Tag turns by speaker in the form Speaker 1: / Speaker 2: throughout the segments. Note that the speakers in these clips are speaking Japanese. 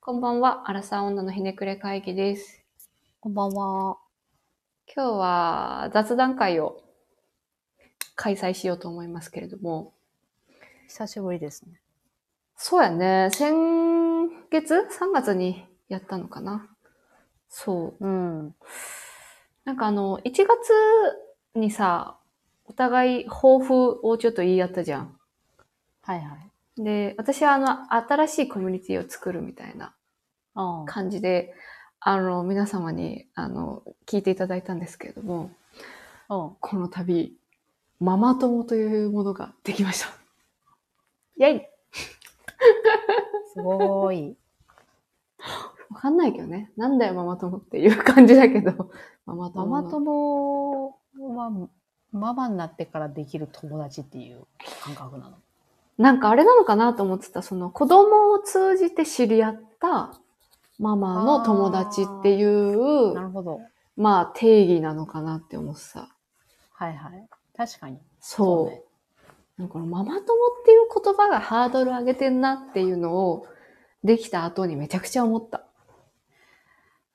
Speaker 1: こんばんは、アラサー女のひねくれ会議です。
Speaker 2: こんばんは。
Speaker 1: 今日は雑談会を開催しようと思いますけれども、
Speaker 2: 久しぶりですね。
Speaker 1: そうやね、先月 ?3 月にやったのかなそう。
Speaker 2: うん。
Speaker 1: なんかあの、1月にさ、お互い抱負をちょっと言い合ったじゃん。
Speaker 2: はいはい。
Speaker 1: で、私はあの、新しいコミュニティを作るみたいな
Speaker 2: ああ
Speaker 1: 感じで、あの、皆様に、あの、聞いていただいたんですけれども、
Speaker 2: うん。
Speaker 1: この度、ママ友というものが できました。イェイ
Speaker 2: すごーい。
Speaker 1: わかんないけどね。なんだよ、ママ友っていう感じだけ ど。 ママ
Speaker 2: マ
Speaker 1: 友
Speaker 2: マ
Speaker 1: の。
Speaker 2: 友は、ママになってからできる友達っていう感覚なの。
Speaker 1: なんかあれなのかなと思ってた、その子供を通じて知り合ったママの友達っていう
Speaker 2: な、るほど。
Speaker 1: まあ定義なのかなって思ってた。
Speaker 2: はいはい。確かに。
Speaker 1: そう。
Speaker 2: ね
Speaker 1: なんかこのママ友っていう言葉がハードル上げてんなっていうのをできた後にめちゃくちゃ思った。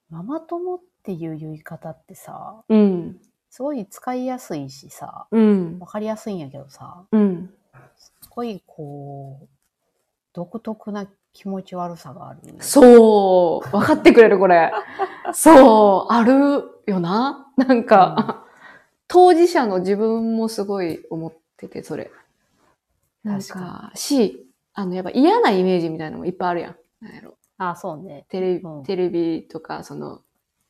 Speaker 2: ママ友っていう言い方ってさ、
Speaker 1: うん。
Speaker 2: すごい使いやすいしさ、
Speaker 1: うん。
Speaker 2: わかりやすいんやけどさ、
Speaker 1: うん。
Speaker 2: すごいこう、独特な気持ち悪さがある。
Speaker 1: そう。分かってくれる、これ。そう。あるよな。なんか、当事者の自分もすごい思ってて、それ。なん
Speaker 2: 確か
Speaker 1: か、し、あの、やっぱ嫌なイメージみたいなのもいっぱいあるやん。なんやろ。
Speaker 2: ああ、そうね。
Speaker 1: テレビ、
Speaker 2: うん
Speaker 1: テレビとか、その、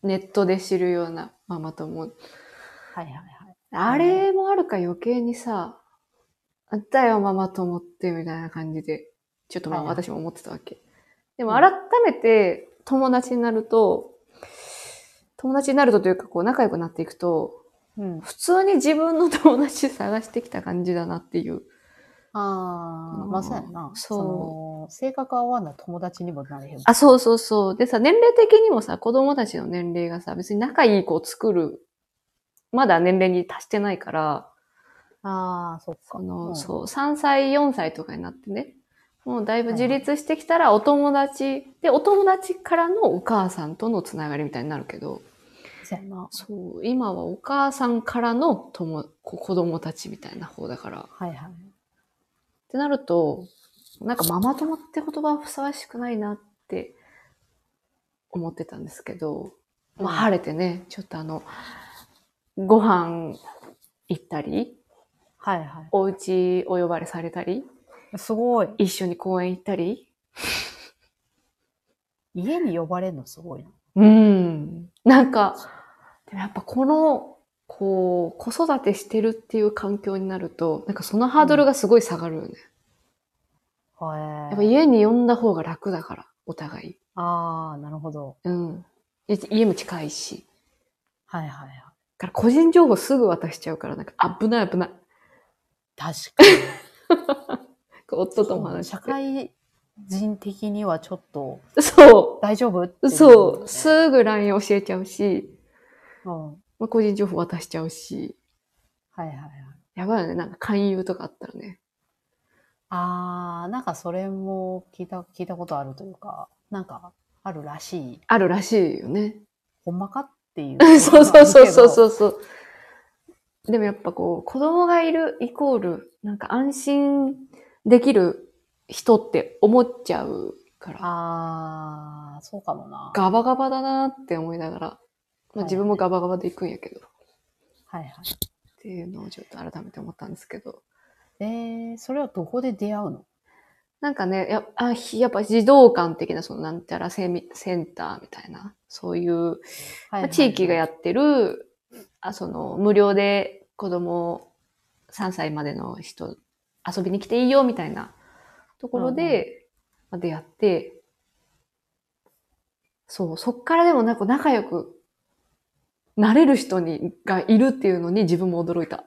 Speaker 1: ネットで知るようなママ友。
Speaker 2: はいはいはい。
Speaker 1: あれもあるか余計にさ、あったよ、ママ友って、みたいな感じで、ちょっとまあ
Speaker 2: はいはい
Speaker 1: 私も思ってたわけ。でも改めて友達になると、友達になるとというか、こう仲良くなっていくと、
Speaker 2: うん。
Speaker 1: 普通に自分の友達探してきた感じだなっていう。
Speaker 2: ああ、
Speaker 1: うん
Speaker 2: まあそうやな。
Speaker 1: そう
Speaker 2: の性格合わな友達にもなれへんもん。
Speaker 1: あ、そうそうそう。でさ、年齢的にもさ、子供たちの年齢がさ、別に仲いい子を作る、まだ年齢に達してないから、
Speaker 2: ああ、そっか。
Speaker 1: この、
Speaker 2: うん
Speaker 1: そう、3歳、4歳とかになってね、もうだいぶ自立してきたらお友達、で、お友達からのお母さんとのつながりみたいになるけど、
Speaker 2: そうやな。
Speaker 1: そう、今はお母さんからの友、こ子供たちみたいな方だから、っ
Speaker 2: はいはい。
Speaker 1: てなると、なんかママ友って言葉はふさわしくないなって思ってたんですけど、まあ
Speaker 2: うん
Speaker 1: 晴れてね、ちょっとあの、ご飯行ったり、
Speaker 2: はいは
Speaker 1: お家お呼ばれされたり、
Speaker 2: い。すごい。
Speaker 1: 一緒に公園行ったり、
Speaker 2: 家に呼ばれるのすごいな。
Speaker 1: うん。なんか、でもやっぱこの、こう、子育てしてるっていう環境になると、なんかそのハードルがすごい下がるよね。
Speaker 2: は
Speaker 1: や
Speaker 2: い。
Speaker 1: っぱ家に呼んだ方が楽だから、お互い。
Speaker 2: ああ、なるほど。
Speaker 1: うん。い家も近いし。
Speaker 2: はいはいはい。
Speaker 1: だから個人情報すぐ渡しちゃうから、なんか危ない危ない。
Speaker 2: 確かに。
Speaker 1: 夫とも話し
Speaker 2: 社
Speaker 1: て。
Speaker 2: 会人的にはちょっと
Speaker 1: そ。
Speaker 2: 大丈夫っていうう
Speaker 1: そう。
Speaker 2: ね
Speaker 1: すぐ LINE 教えちゃうし、
Speaker 2: うん。はい
Speaker 1: まあ、個人情報渡しちゃうし。
Speaker 2: はいはい。
Speaker 1: やばいよね。なんか勧誘とかあったらね。
Speaker 2: ああ、なんかそれも聞いた、聞いたことあるというか、なんかあるらしい。
Speaker 1: あるらしいよね。。
Speaker 2: ほんまかっていう。
Speaker 1: そうそうそうそうそううそう。 でもやっぱこう、子供がいるイコール、なんか安心できる人って思っちゃうから、
Speaker 2: あー、そうかもな。
Speaker 1: ガバガバだなって思いながら、まあ
Speaker 2: い
Speaker 1: 自分もガバガバで行くんやけど、っ
Speaker 2: はいはい。
Speaker 1: ていうのをちょっと改めて思ったんですけど。
Speaker 2: えー、それはどこで出会うの
Speaker 1: なんかね、やあひやっぱ児童館的な、そのなんちゃらセミセンターみたいな、そういう
Speaker 2: は
Speaker 1: まあ地域がや
Speaker 2: っ
Speaker 1: ってる、あその、無料で子供3歳までの人遊びに来ていいよみたいなところで、まあ出会って、そう、そっからでもなんか仲良くなれる人に、がいるっていうのに自分も驚いた。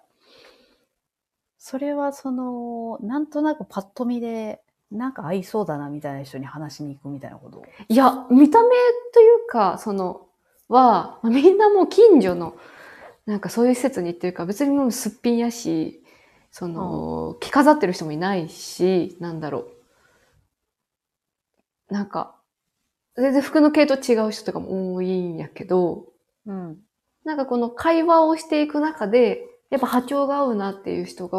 Speaker 2: それはその、なんとなくパッと見で、なんか合いそうだなみたいな人に話しに行くみたいなこと。
Speaker 1: いや、見た目というか、その、は、まあみんなもう近所の、なんかそういう施設に行ってるから、別にもうすっぴんやし、その、着飾ってる人もいないし、なんだろう。なんか、全然服の系統違う人とかも多いんやけど、
Speaker 2: うん。
Speaker 1: なんかこの会話をしていく中で、やっぱ波長が合うなっていう人が、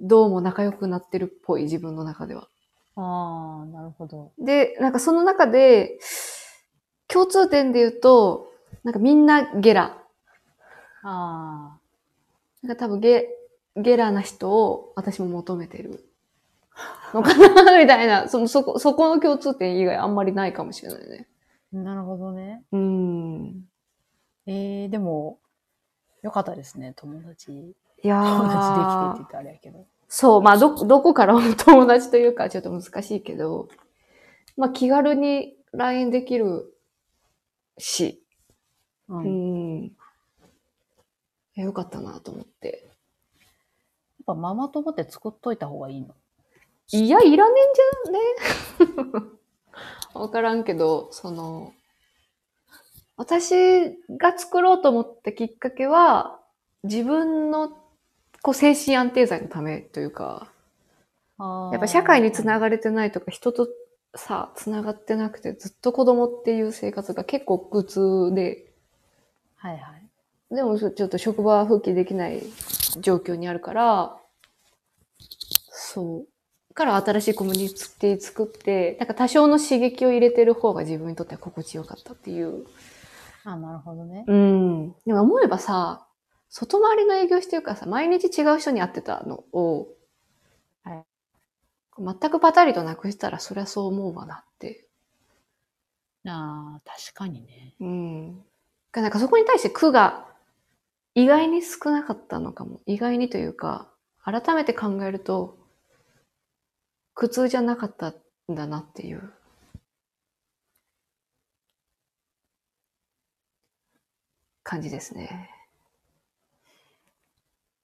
Speaker 1: どうも仲良くなってるっぽい、自分の中では。
Speaker 2: ああ、なるほど。
Speaker 1: で、なんかその中で、共通点で言うと、なんかみんなゲラ。
Speaker 2: あ
Speaker 1: なんか多分ゲ、ゲラな人を私も求めてるのかなみたいな。その、そこ、そこの共通点以外あんまりないかもしれないね。
Speaker 2: あ、なるほどね。
Speaker 1: うん。
Speaker 2: えー、でも、よかったですね、友達。
Speaker 1: いや
Speaker 2: 友達できてっ
Speaker 1: ー
Speaker 2: て言ったらあれやけど。
Speaker 1: そう、まあ、ど、どこからも友達というか、ちょっと難しいけど、まあ、気軽に LINE できるし、
Speaker 2: う。
Speaker 1: うん
Speaker 2: やっ
Speaker 1: ん。いやよかったなと思って。
Speaker 2: ぱママ友って作っといた方がいいの。
Speaker 1: いや、いらねえんじゃねわからんけど、その、私が作ろうと思ったきっかけは、自分のこう精神安定剤のためというか、
Speaker 2: あー
Speaker 1: やっぱ社会につながれてないとか、人とさ、つながってなくて、ずっと子供っていう生活が結構苦痛で、
Speaker 2: はいはい。
Speaker 1: でもそちょっと職場復帰できない状況にあるから、そう。から新しいコミュニティ作って、なんか多少の刺激を入れてる方が自分にとっては心地よかったっていう。
Speaker 2: あなるほどね。
Speaker 1: うん。でも思えばさ、外回りの営業してるからさ、毎日違う人に会ってたのを、
Speaker 2: はい
Speaker 1: 全くパタリとなくしたら、そりゃそう思うわなって。
Speaker 2: ああ、確かにね。
Speaker 1: うん。がなんかそこに対して苦が意外に少なかったのかも。意外にというか、改めて考えると、苦痛じゃなかったんだなっていう。感じですね。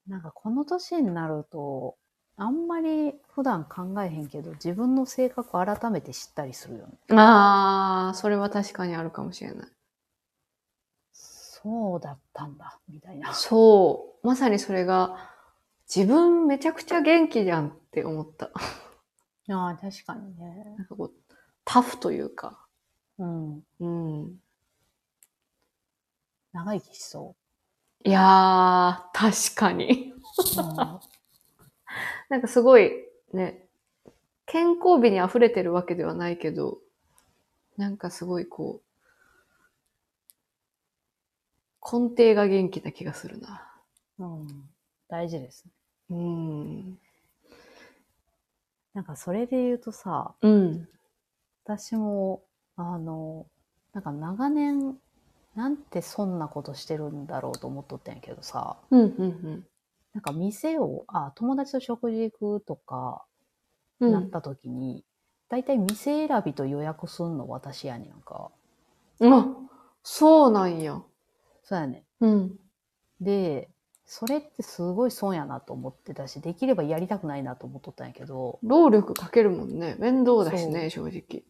Speaker 2: なんかこの年になると、あんまり普段考えへんけど、自分の性格を改めて知ったりするよね。
Speaker 1: ああ、それは確かにあるかもしれない。
Speaker 2: そうだったんだ、みたいな。
Speaker 1: そう。まさにそれが、自分めちゃくちゃ元気じゃんって思った。
Speaker 2: ああ、確かにね。
Speaker 1: なんかこう、タフというか。
Speaker 2: うん。
Speaker 1: うん。
Speaker 2: 長生きしそ
Speaker 1: いやー、確かに。
Speaker 2: う。うん
Speaker 1: なんかすごい、ね、健康美に溢れてるわけではないけど、なんかすごいこう、根底が元気な気がするな。
Speaker 2: うん、大事ですね。
Speaker 1: うん。
Speaker 2: なんかそれで言うとさ、
Speaker 1: うん。
Speaker 2: 私も、あの、なんか長年、なんてそんなことしてるんだろうと思っとったんやけどさ、
Speaker 1: うん、うん、
Speaker 2: なんか店を、あ、友達と食事行くとか、
Speaker 1: うん。
Speaker 2: なった時に、だいたい店選びと予約すんの私やねんか。
Speaker 1: うん。あ、そうなんや。
Speaker 2: そうやねん。
Speaker 1: うん。
Speaker 2: で、それってすごい損やなと思ってたし、できればやりたくないなと思っとったんやけど、
Speaker 1: 労力かけるもんね。面倒だしね、正直。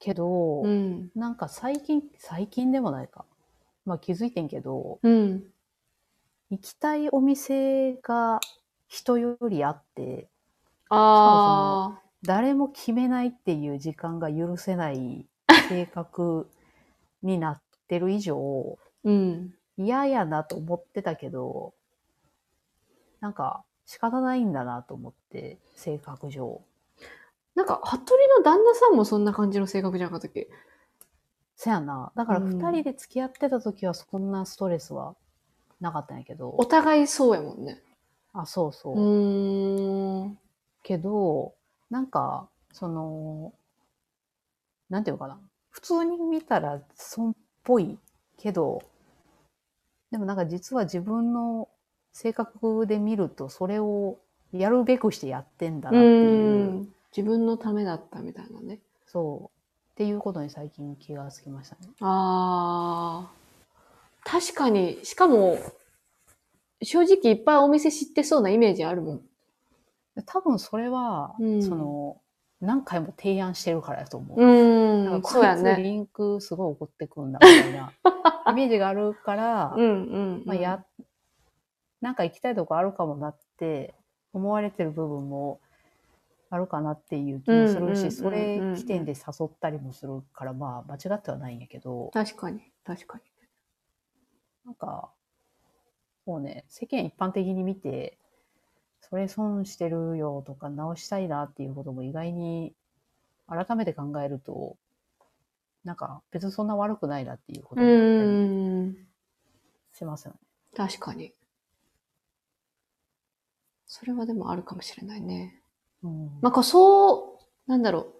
Speaker 2: けど、
Speaker 1: うん。
Speaker 2: なんか最近、最近でもないか。まあ気づいてんけど、
Speaker 1: うん。
Speaker 2: 行きたいお店が人よりあって、
Speaker 1: あ
Speaker 2: 誰も決めないっていう時間が許せない性格になってる以上、
Speaker 1: ー。うん。
Speaker 2: 嫌やなと思ってたけど、なんか仕方ないんだなと思って、性格上。
Speaker 1: なんか、服部の旦那さんもそんな感じの性格じゃなかったっけ
Speaker 2: せやな。だから
Speaker 1: うん
Speaker 2: 二人で付き合ってた時はそんなストレスはなかったんやけど、
Speaker 1: お互いそうやもんね。
Speaker 2: あ、そうそう。
Speaker 1: うーん。
Speaker 2: けど、なんか、その、なんていうのかな。普通に見たら損っぽいけど、でもなんか実は自分の性格で見ると、それをやるべくしてやってんだなっていう、
Speaker 1: うん自分のためだったみたいなね。
Speaker 2: そう。っていうことに最近気がつきましたね。
Speaker 1: あー。確かに、しかも、正直いっぱいお店知ってそうなイメージあるもん。
Speaker 2: 多分それは、
Speaker 1: うん
Speaker 2: その、何回も提案してるからだと思う。な
Speaker 1: うんん。
Speaker 2: か
Speaker 1: そうや
Speaker 2: こいつ
Speaker 1: ね。
Speaker 2: リンクすごい怒ってくんだみた いなイメージがあるから、
Speaker 1: うんうん。
Speaker 2: まあ、や、なんか行きたいとこあるかもなって思われてる部分もあるかなっていう気もす
Speaker 1: う
Speaker 2: る
Speaker 1: んうんうんうん
Speaker 2: し、それ起点で誘ったりもするから、まあ間違ってはないんやけど、
Speaker 1: 確かに、確かに。
Speaker 2: なんか、もうね、世間一般的に見て、それ損してるよとか直したいなっていうことも意外に改めて考えると、なんか別にそんな悪くないなっていうこと
Speaker 1: う
Speaker 2: もあったり
Speaker 1: ーん、
Speaker 2: しますよね。
Speaker 1: 確かに。それはでもあるかもしれないね。
Speaker 2: うん
Speaker 1: なんかそう、なんだろう。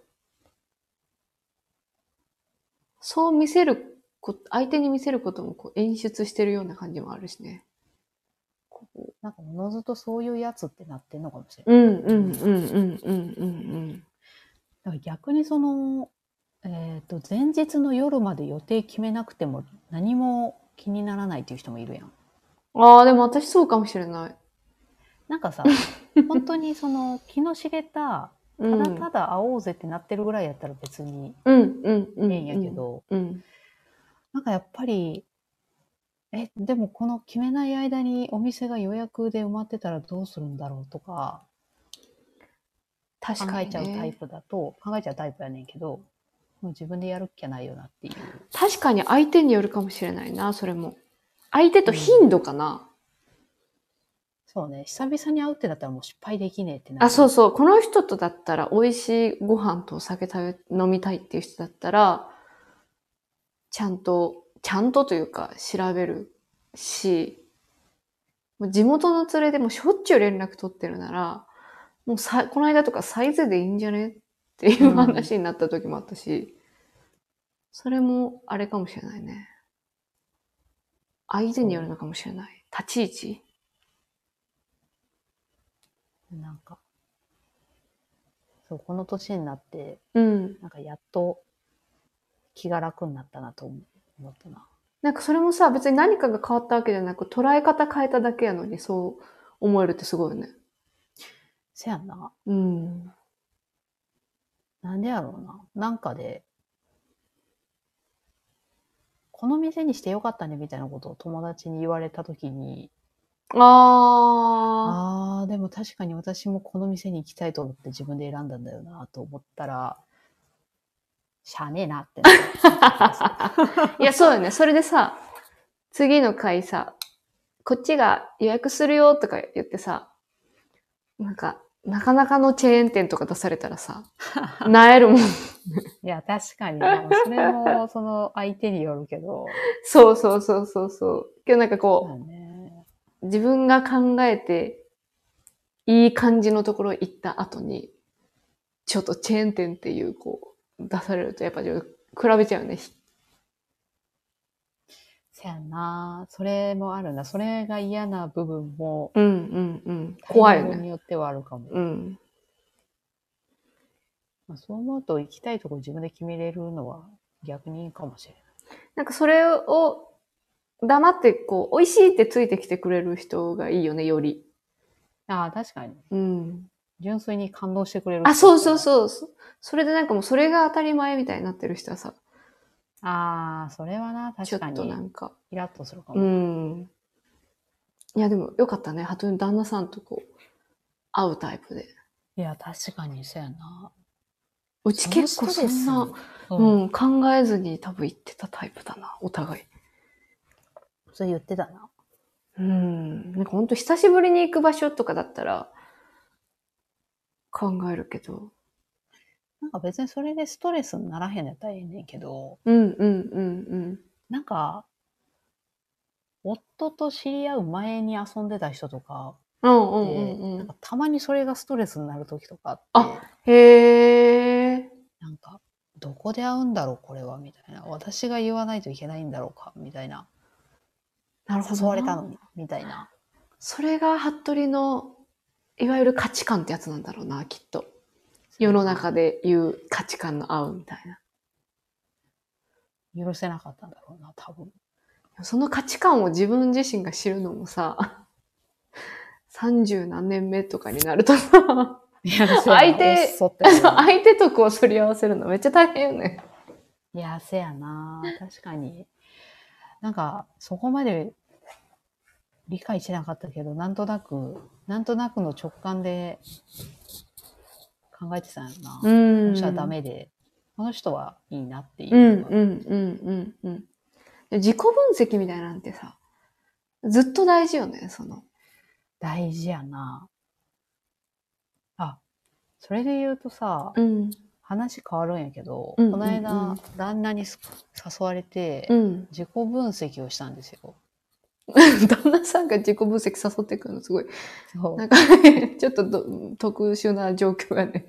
Speaker 1: そう見せること、相手に見せることもこう演出してるような感じもあるしね。こう
Speaker 2: なんかおのずとそういうやつってなってんのかもしれない。
Speaker 1: うんうんうんうんうんうん
Speaker 2: だから逆にその、えっ、と、前日の夜まで予定決めなくても何も気にならないっていう人もいるやん。
Speaker 1: うん。ああ、でも私そうかもしれない。
Speaker 2: なん かさ、本当にその気の茂った、
Speaker 1: う
Speaker 2: た
Speaker 1: ん、
Speaker 2: だただ会おうぜってなってるぐらいやったら別に
Speaker 1: うんうんう
Speaker 2: え
Speaker 1: ん。
Speaker 2: えんやけど、
Speaker 1: うん。
Speaker 2: なんかやっぱり、え、でもこの決めない間にお店が予約で埋まってたらどうするんだろうとか、
Speaker 1: 確
Speaker 2: 考
Speaker 1: か
Speaker 2: え
Speaker 1: に、ね。
Speaker 2: ちゃうタイプだと、考えちゃうタイプやねんけど、もう自分でやるっきゃないよなっていう。
Speaker 1: 確かに相手によるかもしれないな、それも。相手と頻度かな。
Speaker 2: そうね、久々に会うってなったらもう失敗できねえってなる。
Speaker 1: あ、そうそう。この人とだったら、美味しいご飯とお酒食べ、飲みたいっていう人だったら、ちゃんと、ちゃんとというか、調べるし、もう地元の連れでもしょっちゅう連絡取ってるなら、もうさ、この間とかサイズでいいんじゃねっていう
Speaker 2: うん
Speaker 1: 話になった時もあったし、それもあれかもしれないね。相手によるのかもしれない。立ち位置
Speaker 2: なんか、そう、この年になって、
Speaker 1: うん。
Speaker 2: なんかやっと気が楽になったなと思思ったな。
Speaker 1: なんかそれもさ、別に何かが変わったわけじゃなく、捉え方変えただけやのに、そう思えるってすごいよね。
Speaker 2: せやんな。
Speaker 1: うん。
Speaker 2: なんでやろうな。なんかで、この店にしてよかったねみたいなことを友達に言われたときに、
Speaker 1: あー。
Speaker 2: あー、でも確かに私もこの店に行きたいと思って自分で選んだんだよなと思ったら、しゃあねえなってなった。
Speaker 1: いや、そうよね。それでさ、次の回さ、こっちが予約するよとか言ってさ、なんか、なかなかのチェーン店とか出されたら さ、なえるもん。
Speaker 2: いや、確かに。でもそれも、その相手によるけど。
Speaker 1: そうそうそうそうそう。けどなんかこう、
Speaker 2: そうね。
Speaker 1: 自分が考えて、いい感じのところ行った後に、ちょっとチェーン店っていう、こう、出されると、やっぱちょっと比べちゃうね。ひ
Speaker 2: せやんな。それもあるな。それが嫌な部分も、
Speaker 1: うんうんうん。怖いよ
Speaker 2: タイミング
Speaker 1: ね。
Speaker 2: によってはあるかも。
Speaker 1: うん。
Speaker 2: まあ、そう思うと行きたいとこ自分で決めれるのは逆にいいかもしれない。
Speaker 1: なんかそれを、黙って、こう、美味しいってついてきてくれる人がいいよね、より。
Speaker 2: ああ、確かに。
Speaker 1: うん。
Speaker 2: 純粋に感動してくれる。
Speaker 1: あ、そうそうそう。そそれでなんかもうそれが当たり前みたいになってる人はさ、
Speaker 2: う。ああ、それはな、
Speaker 1: ちょっ
Speaker 2: 確か
Speaker 1: と
Speaker 2: に
Speaker 1: な。んか、
Speaker 2: イラッとするか
Speaker 1: う
Speaker 2: も。
Speaker 1: ん。いや、でもよかったね。鳩に旦那さんとこう、会うタイプで。
Speaker 2: いや、確かに、そうやな。
Speaker 1: うち結構そんな、
Speaker 2: う。
Speaker 1: うんん、考えずに多分言ってたタイプだな、お互い。
Speaker 2: そう言ってたな。
Speaker 1: うん。なんかほんと久しぶりに行く場所とかだったら、考えるけど。
Speaker 2: なんか別にそれでストレスにならへんやったらええねんけど、
Speaker 1: うんうんうん
Speaker 2: なんか、夫と知り合う前に遊んでた人とか
Speaker 1: うん。うんう
Speaker 2: で、
Speaker 1: んうんう
Speaker 2: なん
Speaker 1: ん。
Speaker 2: かたまにそれがストレスになる時とかあって、
Speaker 1: あへえ。
Speaker 2: なんか、どこで会うんだろう、これは、みたいな。私が言わないといけないんだろうか、みたいな。
Speaker 1: なるほどな。
Speaker 2: 誘われたのに、みたいな。
Speaker 1: それが服部の、いわゆる価値観ってやつなんだろうな、きっと。世の中で言う価値観の合うみたいな。
Speaker 2: 許せなかったんだろうな、多分。
Speaker 1: その価値観を自分自身が知るのもさ、30何年目とかになるとさ、
Speaker 2: い や、
Speaker 1: 相手
Speaker 2: おっそってなる
Speaker 1: 相手とこうすり合わせるのめっちゃ大変よね。
Speaker 2: いや、せやな。確かに。なんか、そこまで理解してなかったけど、なんとなく、なんとなくの直感で考えてたんやろな。
Speaker 1: うん。
Speaker 2: この人はダメで、この人はいいなっていう
Speaker 1: うん
Speaker 2: のが。
Speaker 1: うんうんうんうん。で自己分析みたいなんてさ、ずっと大事よね、その。
Speaker 2: 大事やな。あ、それで言うとさ、
Speaker 1: うん。
Speaker 2: 話変わるんやけど、
Speaker 1: うん
Speaker 2: この間、
Speaker 1: うんうん
Speaker 2: 旦那にす誘われて、
Speaker 1: うん。
Speaker 2: 自己分析をしたんですよ。
Speaker 1: 旦那さんが自己分析誘ってくるのすごい。
Speaker 2: そう
Speaker 1: なんか、ちょっとど特殊な状況やね。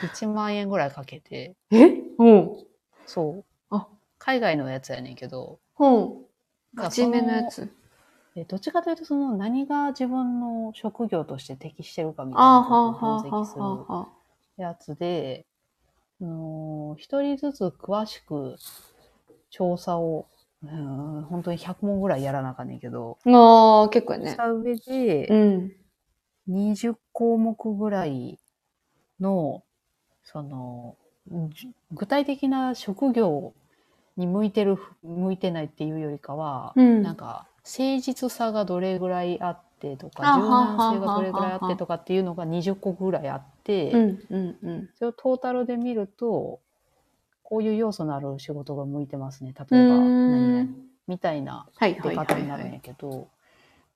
Speaker 2: 1万円ぐらいかけて、
Speaker 1: えうん。
Speaker 2: そう。
Speaker 1: あ
Speaker 2: 海外のやつやねんけど、
Speaker 1: うん。
Speaker 2: なんか
Speaker 1: ガチめのやつ。
Speaker 2: そのえどっちかというと、その何が自分の職業として適してるかみたい
Speaker 1: ああ、
Speaker 2: な
Speaker 1: はあ、は
Speaker 2: こ
Speaker 1: あ、
Speaker 2: とを分析す
Speaker 1: はあ、は
Speaker 2: るやつで、あのー一人ずつ詳しく調査を、うーん本当に100問ぐらいやらなあかんねんけど、
Speaker 1: あ。ああ、結構や
Speaker 2: し
Speaker 1: ね。
Speaker 2: た上で、
Speaker 1: うん。
Speaker 2: 20項目ぐらいの、その、じ具体的な職業に向いてる、向いてないっていうよりかは、
Speaker 1: うん
Speaker 2: なんか、誠実さがどれぐらいあってとか、
Speaker 1: あ
Speaker 2: 柔軟性がどれぐらい
Speaker 1: はは
Speaker 2: あ
Speaker 1: は
Speaker 2: っ
Speaker 1: は
Speaker 2: てとかっていうのが20個ぐらいあって、
Speaker 1: うん、うん、うん。
Speaker 2: それをトータルで見ると、こういう要素のある仕事が向いてますね。例えば、
Speaker 1: うーん
Speaker 2: 何々みたいな
Speaker 1: はい、は
Speaker 2: 出
Speaker 1: い、は
Speaker 2: 方に
Speaker 1: い、
Speaker 2: な
Speaker 1: は
Speaker 2: るんや
Speaker 1: い。
Speaker 2: けど、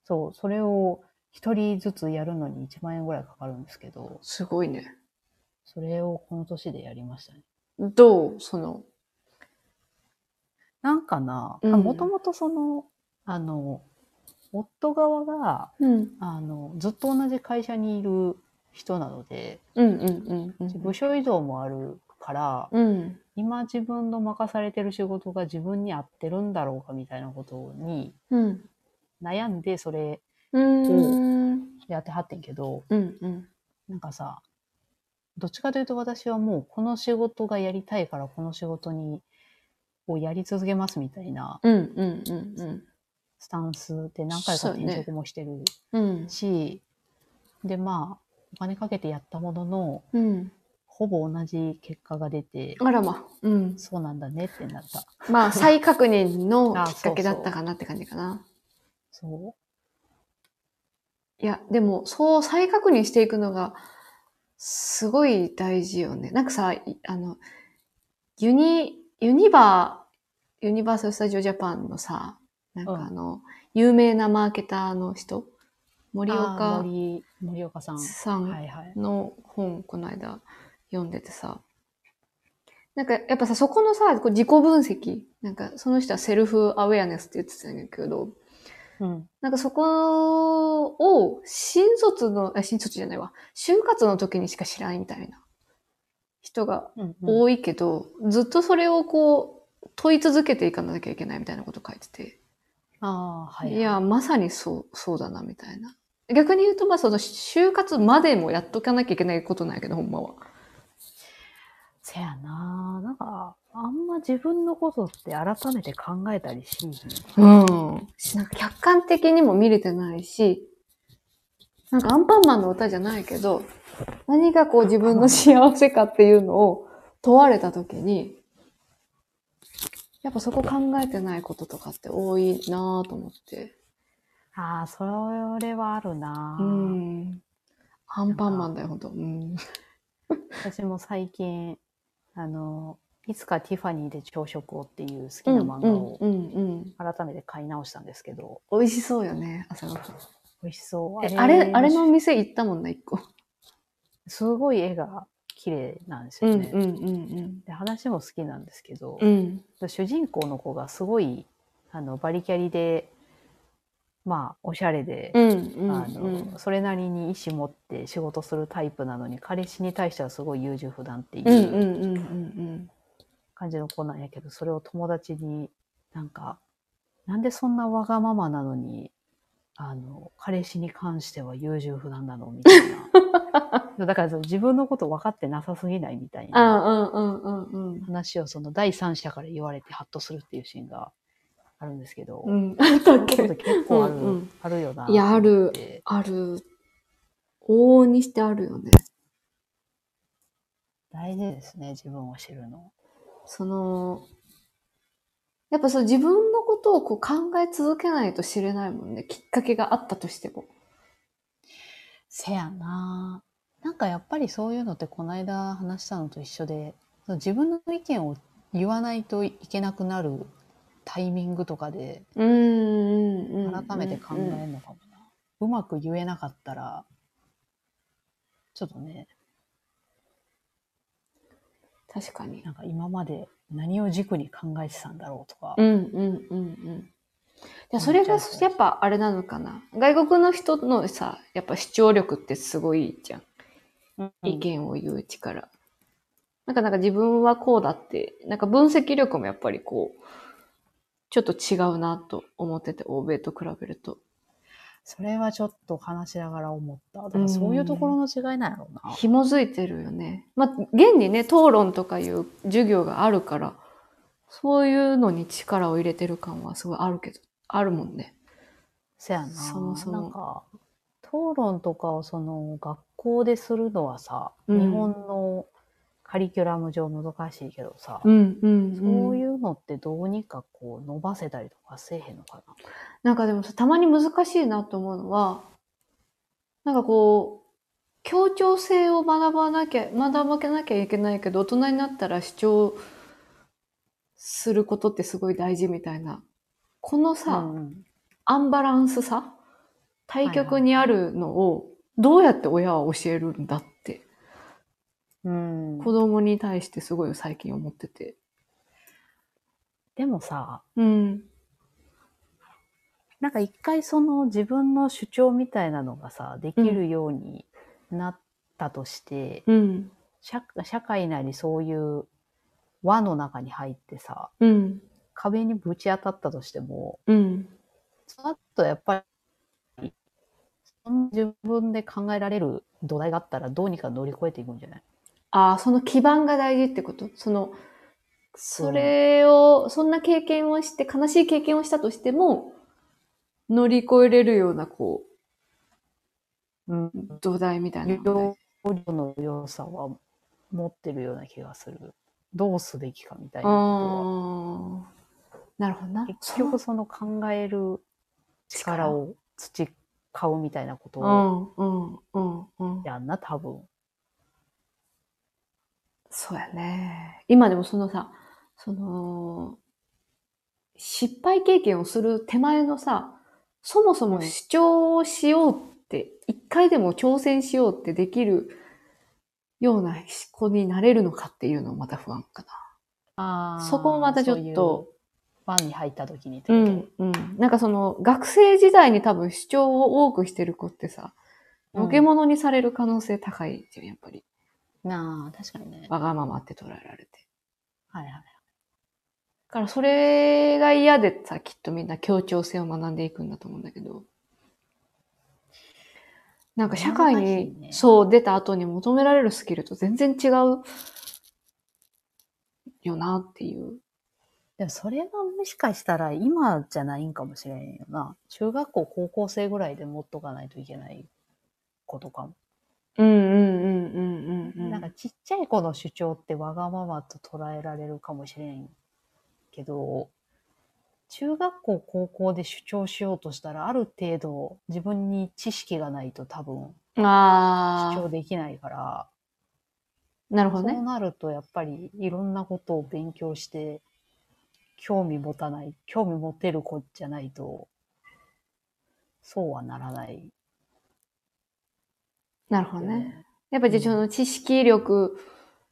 Speaker 2: そう、それを一人ずつやるのに1万円ぐらいかかるんですけど、
Speaker 1: すごいね。
Speaker 2: それをこの年でやりましたね。
Speaker 1: どうその、
Speaker 2: なんかな、
Speaker 1: うん
Speaker 2: もともとその、あの、夫側が、
Speaker 1: うん。
Speaker 2: あの、ずっと同じ会社にいる人なので、
Speaker 1: うん、うん、うん。
Speaker 2: 部署移動もあるから、
Speaker 1: うん。
Speaker 2: 今自分の任されてる仕事が自分に合ってるんだろうかみたいなことに
Speaker 1: うん。
Speaker 2: 悩んでそれ
Speaker 1: うん。
Speaker 2: やってはってんけど、
Speaker 1: うん、うん。
Speaker 2: なんかさ、どっちかというと私はもうこの仕事がやりたいからこの仕事に、をやり続けますみたいな
Speaker 1: うん、うん、うん、うん。
Speaker 2: スタンスで何回か
Speaker 1: そうね
Speaker 2: 転職もしてる
Speaker 1: うん。
Speaker 2: し、でまあ、お金かけてやったものの、
Speaker 1: うん。
Speaker 2: ほぼ同じ結果が出て、
Speaker 1: あらま。うん。
Speaker 2: そうなんだねってなった。
Speaker 1: まあ、再確認の
Speaker 2: あ
Speaker 1: きっかけ
Speaker 2: そ
Speaker 1: だ
Speaker 2: うそう
Speaker 1: ったかなって感じかな。
Speaker 2: そ
Speaker 1: いや、でも、そう再確認していくのが、すごい大事よね。なんかさ、いあの、ユニ、ユニバー、ユニバーサル・スタジオ・ジャパンのさ、なんかあの、有名なマーケターの人、
Speaker 2: う。
Speaker 1: 森
Speaker 2: あー
Speaker 1: 岡
Speaker 2: 森森岡さん。は
Speaker 1: さん
Speaker 2: いはい。
Speaker 1: の本この間読んでてさ、なんかやっぱさ、そこのさ、こう自己分析、なんかその人はセルフアウェアネスって言ってたんだけど、
Speaker 2: うん。
Speaker 1: なんかそこを新卒の、あ新卒じゃないわ、就活の時にしか知らないみたいな人が
Speaker 2: うんうん
Speaker 1: 多いけど、ずっとそれをこう問い続けていかなきゃいけないみたいなこと書いてて、
Speaker 2: ああ、はいい、はい。
Speaker 1: や、まさにそう、そうだなみたいな。逆に言うと、まあその就活までもやっとかなきゃいけないことなんやけど、ほんまは。
Speaker 2: せやななんか、あんま自分のことって改めて考えたりしんひん
Speaker 1: うん。なんか客観的にも見れてないし、なんかアンパンマンの歌じゃないけど、何がこう自分の幸せかっていうのを問われたときに、やっぱそこ考えてないこととかって多いなぁと思って。
Speaker 2: ああ、それはあるな、
Speaker 1: うん。アンパンマンだよ、ほんと。うん。
Speaker 2: 私も最近、あの、いつかティファニーで朝食をっていう好きな漫画を
Speaker 1: うんうん
Speaker 2: 改めて買い直したんですけど、
Speaker 1: うん。美味しそうよね、朝ごはん。
Speaker 2: 美味しそう。
Speaker 1: え、あれ、あれの店行ったもんな、一個。
Speaker 2: すごい絵が綺麗なんです
Speaker 1: う
Speaker 2: よ
Speaker 1: ん
Speaker 2: ね、
Speaker 1: うんうん
Speaker 2: で。話も好きなんですけど
Speaker 1: うん。う、ん。
Speaker 2: 主人公の子がすごい、あの、バリキャリで、まあ、おしゃれで、
Speaker 1: うんうん
Speaker 2: あの
Speaker 1: うん。
Speaker 2: それなりに意思持って仕事するタイプなのに彼氏に対してはすごい優柔不断ってい
Speaker 1: うんうん
Speaker 2: う
Speaker 1: うんうんうん。
Speaker 2: 感じの子なんやけど、それを友達になんかなんでそんなわがままなのにあの彼氏に関しては優柔不断なのみたい なだからその自分のこと分かってなさすぎないみたい
Speaker 1: あ
Speaker 2: な
Speaker 1: うんうんうん
Speaker 2: 話をその第三者から言われてハッとするっていうシーンがあるんですけど、
Speaker 1: うん。うん。あったっ
Speaker 2: そういう
Speaker 1: け
Speaker 2: こと結構ある,、
Speaker 1: うんうん
Speaker 2: あるよな。
Speaker 1: いやある
Speaker 2: って
Speaker 1: ある。往々にしてあるよね。
Speaker 2: 大事ですね、自分を知るの。
Speaker 1: その、やっぱそう自分のことをこう考え続けないと知れないもんね。きっかけがあったとしても。
Speaker 2: せやななんかやっぱりそういうのってこの間話したのと一緒で、その自分の意見を言わないといけなくなるタイミングとかで
Speaker 1: うんうんうん。
Speaker 2: 改めて考える
Speaker 1: うん
Speaker 2: のかもな。うまく言えなかったら、ちょっとね、
Speaker 1: 確かに。
Speaker 2: なんか今まで何を軸に考えてたんだろうとか。
Speaker 1: うんうんうんうん。じゃあそれがやっぱあれなのかな。外国の人のさ、やっぱ主張力ってすごいじゃん。
Speaker 2: うん
Speaker 1: 意見を言う力。なんかなんか自分はこうだって、なんか分析力もやっぱりこう、ちょっと違うなと思ってて、欧米と比べると。
Speaker 2: それはちょっと話しながら思った。だからそういうところの違いなんやろうな。
Speaker 1: 紐づいてるよね。まあ、現にね、討論とかいう授業があるから、そういうのに力を入れてる感はすごいあるけど、あるもんね。
Speaker 2: せやな。
Speaker 1: そもそも
Speaker 2: なんか、討論とかをその学校でするのはさ、
Speaker 1: うん
Speaker 2: 日本のカリキュラム上難しいけどさ、
Speaker 1: うんうん、うん。
Speaker 2: そういうのってどうにかこう伸ばせたりとかせえへんのかな。
Speaker 1: なんかでもさ、たまに難しいなと思うのは、なんかこう、協調性を学ばなきゃ、学ばなきゃいけないけど、大人になったら主張することってすごい大事みたいな。このさ、
Speaker 2: うん
Speaker 1: アンバランスさ、対極にあるのを、どうやって親は教えるんだって、
Speaker 2: うん
Speaker 1: 子供に対してすごい最近思ってて。
Speaker 2: でもさ、
Speaker 1: うん。
Speaker 2: なんか一回その自分の主張みたいなのがさ、できるようになったとして、
Speaker 1: うん。
Speaker 2: 社社会なりそういう輪の中に入ってさ、
Speaker 1: うん。
Speaker 2: 壁にぶち当たったとしても、
Speaker 1: うん。
Speaker 2: その後やっぱり、その自分で考えられる土台があったらどうにか乗り越えていくんじゃない
Speaker 1: ああ、その基盤が大事ってことその、それを、そんな経験をして、悲しい経験をしたとしても、乗り越えれるような、こ
Speaker 2: うん。
Speaker 1: う、土台みたいなのがね。
Speaker 2: 両方の良さは持ってるような気がする。どうすべきかみたいなこ
Speaker 1: あ
Speaker 2: とは。
Speaker 1: あ。なるほどな。
Speaker 2: 結局その考える力
Speaker 1: を。
Speaker 2: を培うみたいなこ
Speaker 1: う
Speaker 2: と
Speaker 1: ん、うん、うん、うん。
Speaker 2: やんな、多分。
Speaker 1: そうやね。今でもそのさ、その、失敗経験をする手前のさ、そもそも
Speaker 2: はい
Speaker 1: 主張をしようって、一回でも挑戦しようってできるような子になれるのかっていうのもまた不安か
Speaker 2: あ
Speaker 1: な。
Speaker 2: ー
Speaker 1: そこもまたちょっと、
Speaker 2: そういうファンに入った時にって
Speaker 1: う
Speaker 2: こと
Speaker 1: ん、うん。なんかその、学生時代に多分主張を多くしてる子ってさ、のけ物にされる可能性高いじゃん、やっぱり。
Speaker 2: なあ、確かにね。
Speaker 1: わがままって捉えられて。
Speaker 2: はいはい。
Speaker 1: だからそれが嫌でさ、きっとみんな協調性を学んでいくんだと思うんだけど。なんか社会
Speaker 2: 難し
Speaker 1: に
Speaker 2: い、ね
Speaker 1: そう出た後に求められるスキルと全然違うよなっていう。
Speaker 2: でもそれはもしかしたら今じゃないんかもしれんよな。中学校、高校生ぐらいで持っとかないといけないことかも。
Speaker 1: うんうんうんうんうんうん。
Speaker 2: なんかちっちゃい子の主張ってわがままと捉えられるかもしれんけど、中学校、高校で主張しようとしたらある程度自分に知識がないと多分主
Speaker 1: あ
Speaker 2: 張できないから、
Speaker 1: あ、なるほど
Speaker 2: そう
Speaker 1: ね。
Speaker 2: なるとやっぱりいろんなことを勉強して興味持たない興味持てる子じゃないとそうはならない
Speaker 1: なるほ
Speaker 2: よ
Speaker 1: ど
Speaker 2: ね、
Speaker 1: ね。やっぱりその知識力、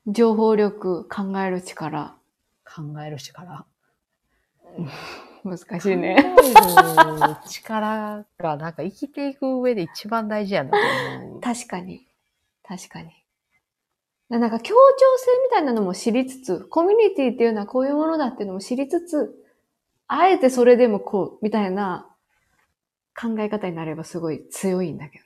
Speaker 1: 情報力、考える力。
Speaker 2: 考える力
Speaker 1: 難しいね。
Speaker 2: 考える力がなんか生きていく上で一番大事やなと思う
Speaker 1: 確かに。確かに。ななんか協調性みたいなのも知りつつ、コミュニティっていうのはこういうものだっていうのも知りつつ、あえてそれでもこう、みたいな考え方になればすごい強いんだけ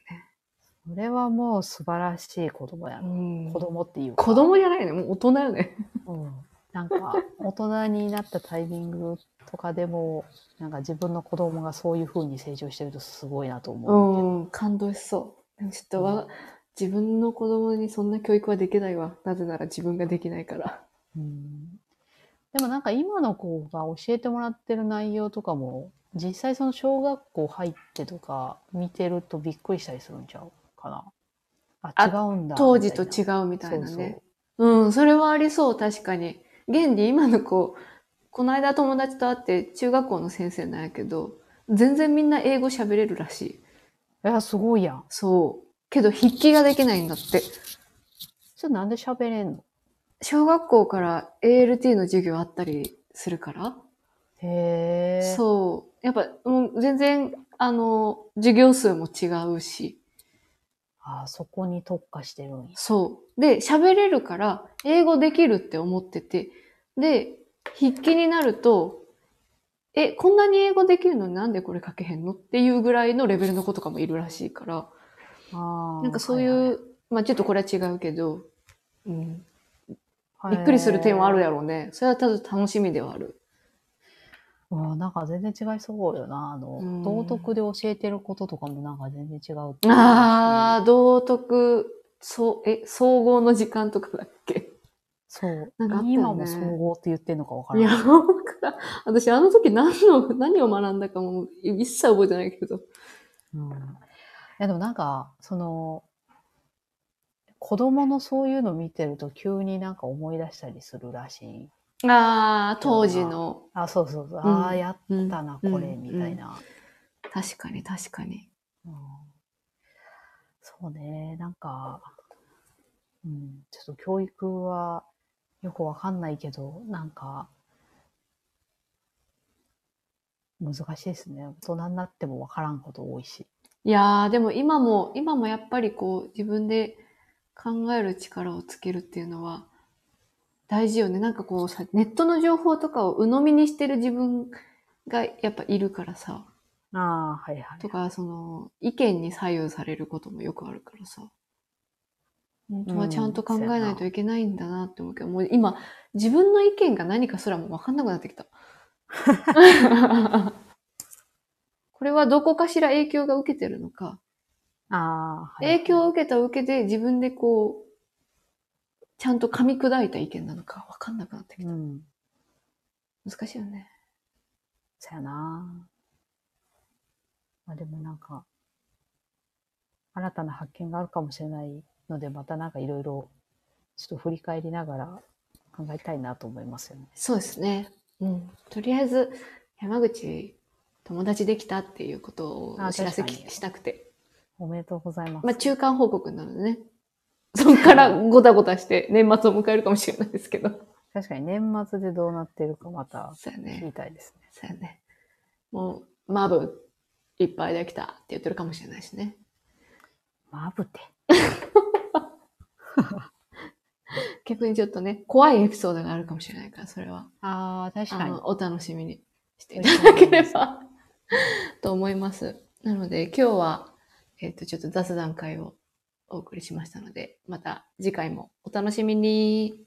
Speaker 2: それはもう素晴らしい子供や
Speaker 1: どね
Speaker 2: な、。子供っていうか
Speaker 1: 子供じゃないよね。もう大人よね。
Speaker 2: うんなんか、大人になったタイミングとかでも、なんか自分の子供がそういう風に成長してるとすごいなと思
Speaker 1: う
Speaker 2: う
Speaker 1: ん、感動しそう。でもちょっ
Speaker 2: け
Speaker 1: と
Speaker 2: ど。
Speaker 1: わ、自分の子供にそんな教育はできないわ。なぜなら自分ができないから。
Speaker 2: うんでもなんか今の子が教えてもらってる内容とかも、実際その小学校入ってとか見てるとびっくりしたりするんちゃうかな。あ、違うんだ。
Speaker 1: 当時と
Speaker 2: みたい
Speaker 1: 違うみ
Speaker 2: な
Speaker 1: たいなね。
Speaker 2: そうそう
Speaker 1: うん、それはありそう、確かに。現に今の子、この間友達と会って中学校の先生なんやけど、全然みんな英語喋れるらしい。
Speaker 2: いや、すごいやん。
Speaker 1: そう。けど筆記ができないんだって。
Speaker 2: それなんで喋れんの
Speaker 1: 小学校から ALT の授業あったりするから、
Speaker 2: へえ。う。
Speaker 1: そう。やっぱ、もう全然、あの、授業数も違うし、
Speaker 2: あ、そこに特化してるんや。
Speaker 1: そう。で、喋れるから、英語できるって思ってて、で、筆記になると、え、こんなに英語できるのになんでこれ書けへんのっていうぐらいのレベルの子とかもいるらしいから、
Speaker 2: あー
Speaker 1: なんかそういう、
Speaker 2: はい
Speaker 1: まあちょっとこれは違うけど、うん、
Speaker 2: はい
Speaker 1: びっくりする点はあるやろうね。それはただ楽しみではある。
Speaker 2: うん、なんか全然違いそうよな。あの、
Speaker 1: うん
Speaker 2: 道徳で教えてることとかもなんか全然違うっていうし。
Speaker 1: ああ、道徳、そう、え、総合の時間とかだっけ
Speaker 2: そう。
Speaker 1: なんかあったよね
Speaker 2: 今も総合って言ってんのかわか
Speaker 1: い
Speaker 2: ら
Speaker 1: や、
Speaker 2: ない。
Speaker 1: わからん私あの時何の、何を学んだかも一切覚えてないけど。
Speaker 2: うん、いやでもなんか、その、子供のそういうの見てると急になんか思い出したりするらしい。
Speaker 1: ああ、当時の。
Speaker 2: あ、そうそうそう。
Speaker 1: うん
Speaker 2: ああ、やったな、
Speaker 1: うん
Speaker 2: これ、
Speaker 1: うん
Speaker 2: みたいな、
Speaker 1: 確かに確かに。
Speaker 2: うんそうね、なんか、うん、ちょっと教育はよくわかんないけど、なんか、難しいですね。大人になってもわからんこと多いし。
Speaker 1: いやー、でも今も、今もやっぱりこう、自分で考える力をつけるっていうのは大事よね。なんかこうさ、ネットの情報とかを鵜呑みにしてる自分がやっぱいるからさ。
Speaker 2: ああ、はいはい。
Speaker 1: とか、その、意見に左右されることもよくあるからさ。本当はちゃんと考えないといけないんだなって思うけど、もう今、自分の意見が何かすらもわかんなくなってき た。これはどこかしら影響が受けてるのか、
Speaker 2: ああ、
Speaker 1: 影響を受けた受けで自分でこう、ちゃんと噛み砕いた意見なのかわかんなくなってき
Speaker 2: う
Speaker 1: た。
Speaker 2: ん。
Speaker 1: 難しいよね。
Speaker 2: そやな。まあでもなんか、新たな発見があるかもしれないので、またなんかいろいろ、ちょっと振り返りながら考えたいなと思いますよね。
Speaker 1: そうですね。うん。とりあえず、山口、友達できたっていうことをお知らせ
Speaker 2: あ確
Speaker 1: き
Speaker 2: かに
Speaker 1: したくて。
Speaker 2: おめでとうございます。
Speaker 1: まあ、中間報告なのでね。そっからごたごたして年末を迎えるかもしれないですけど。
Speaker 2: 確かに年末でどうなってるかまた
Speaker 1: そうや
Speaker 2: 聞
Speaker 1: ね
Speaker 2: き。たいですね。
Speaker 1: そうやね。もう、マブ、いっぱいできたって言ってるかもしれないしね。
Speaker 2: まぶて。
Speaker 1: 逆にちょっとね、怖いエピソードがあるかもしれないから、それは。
Speaker 2: ああ、確
Speaker 1: あの、お楽しみにしていただければ と思います。なので、今日は、えっ、と、ちょっと雑談会をお送りしましたので、また次回もお楽しみに。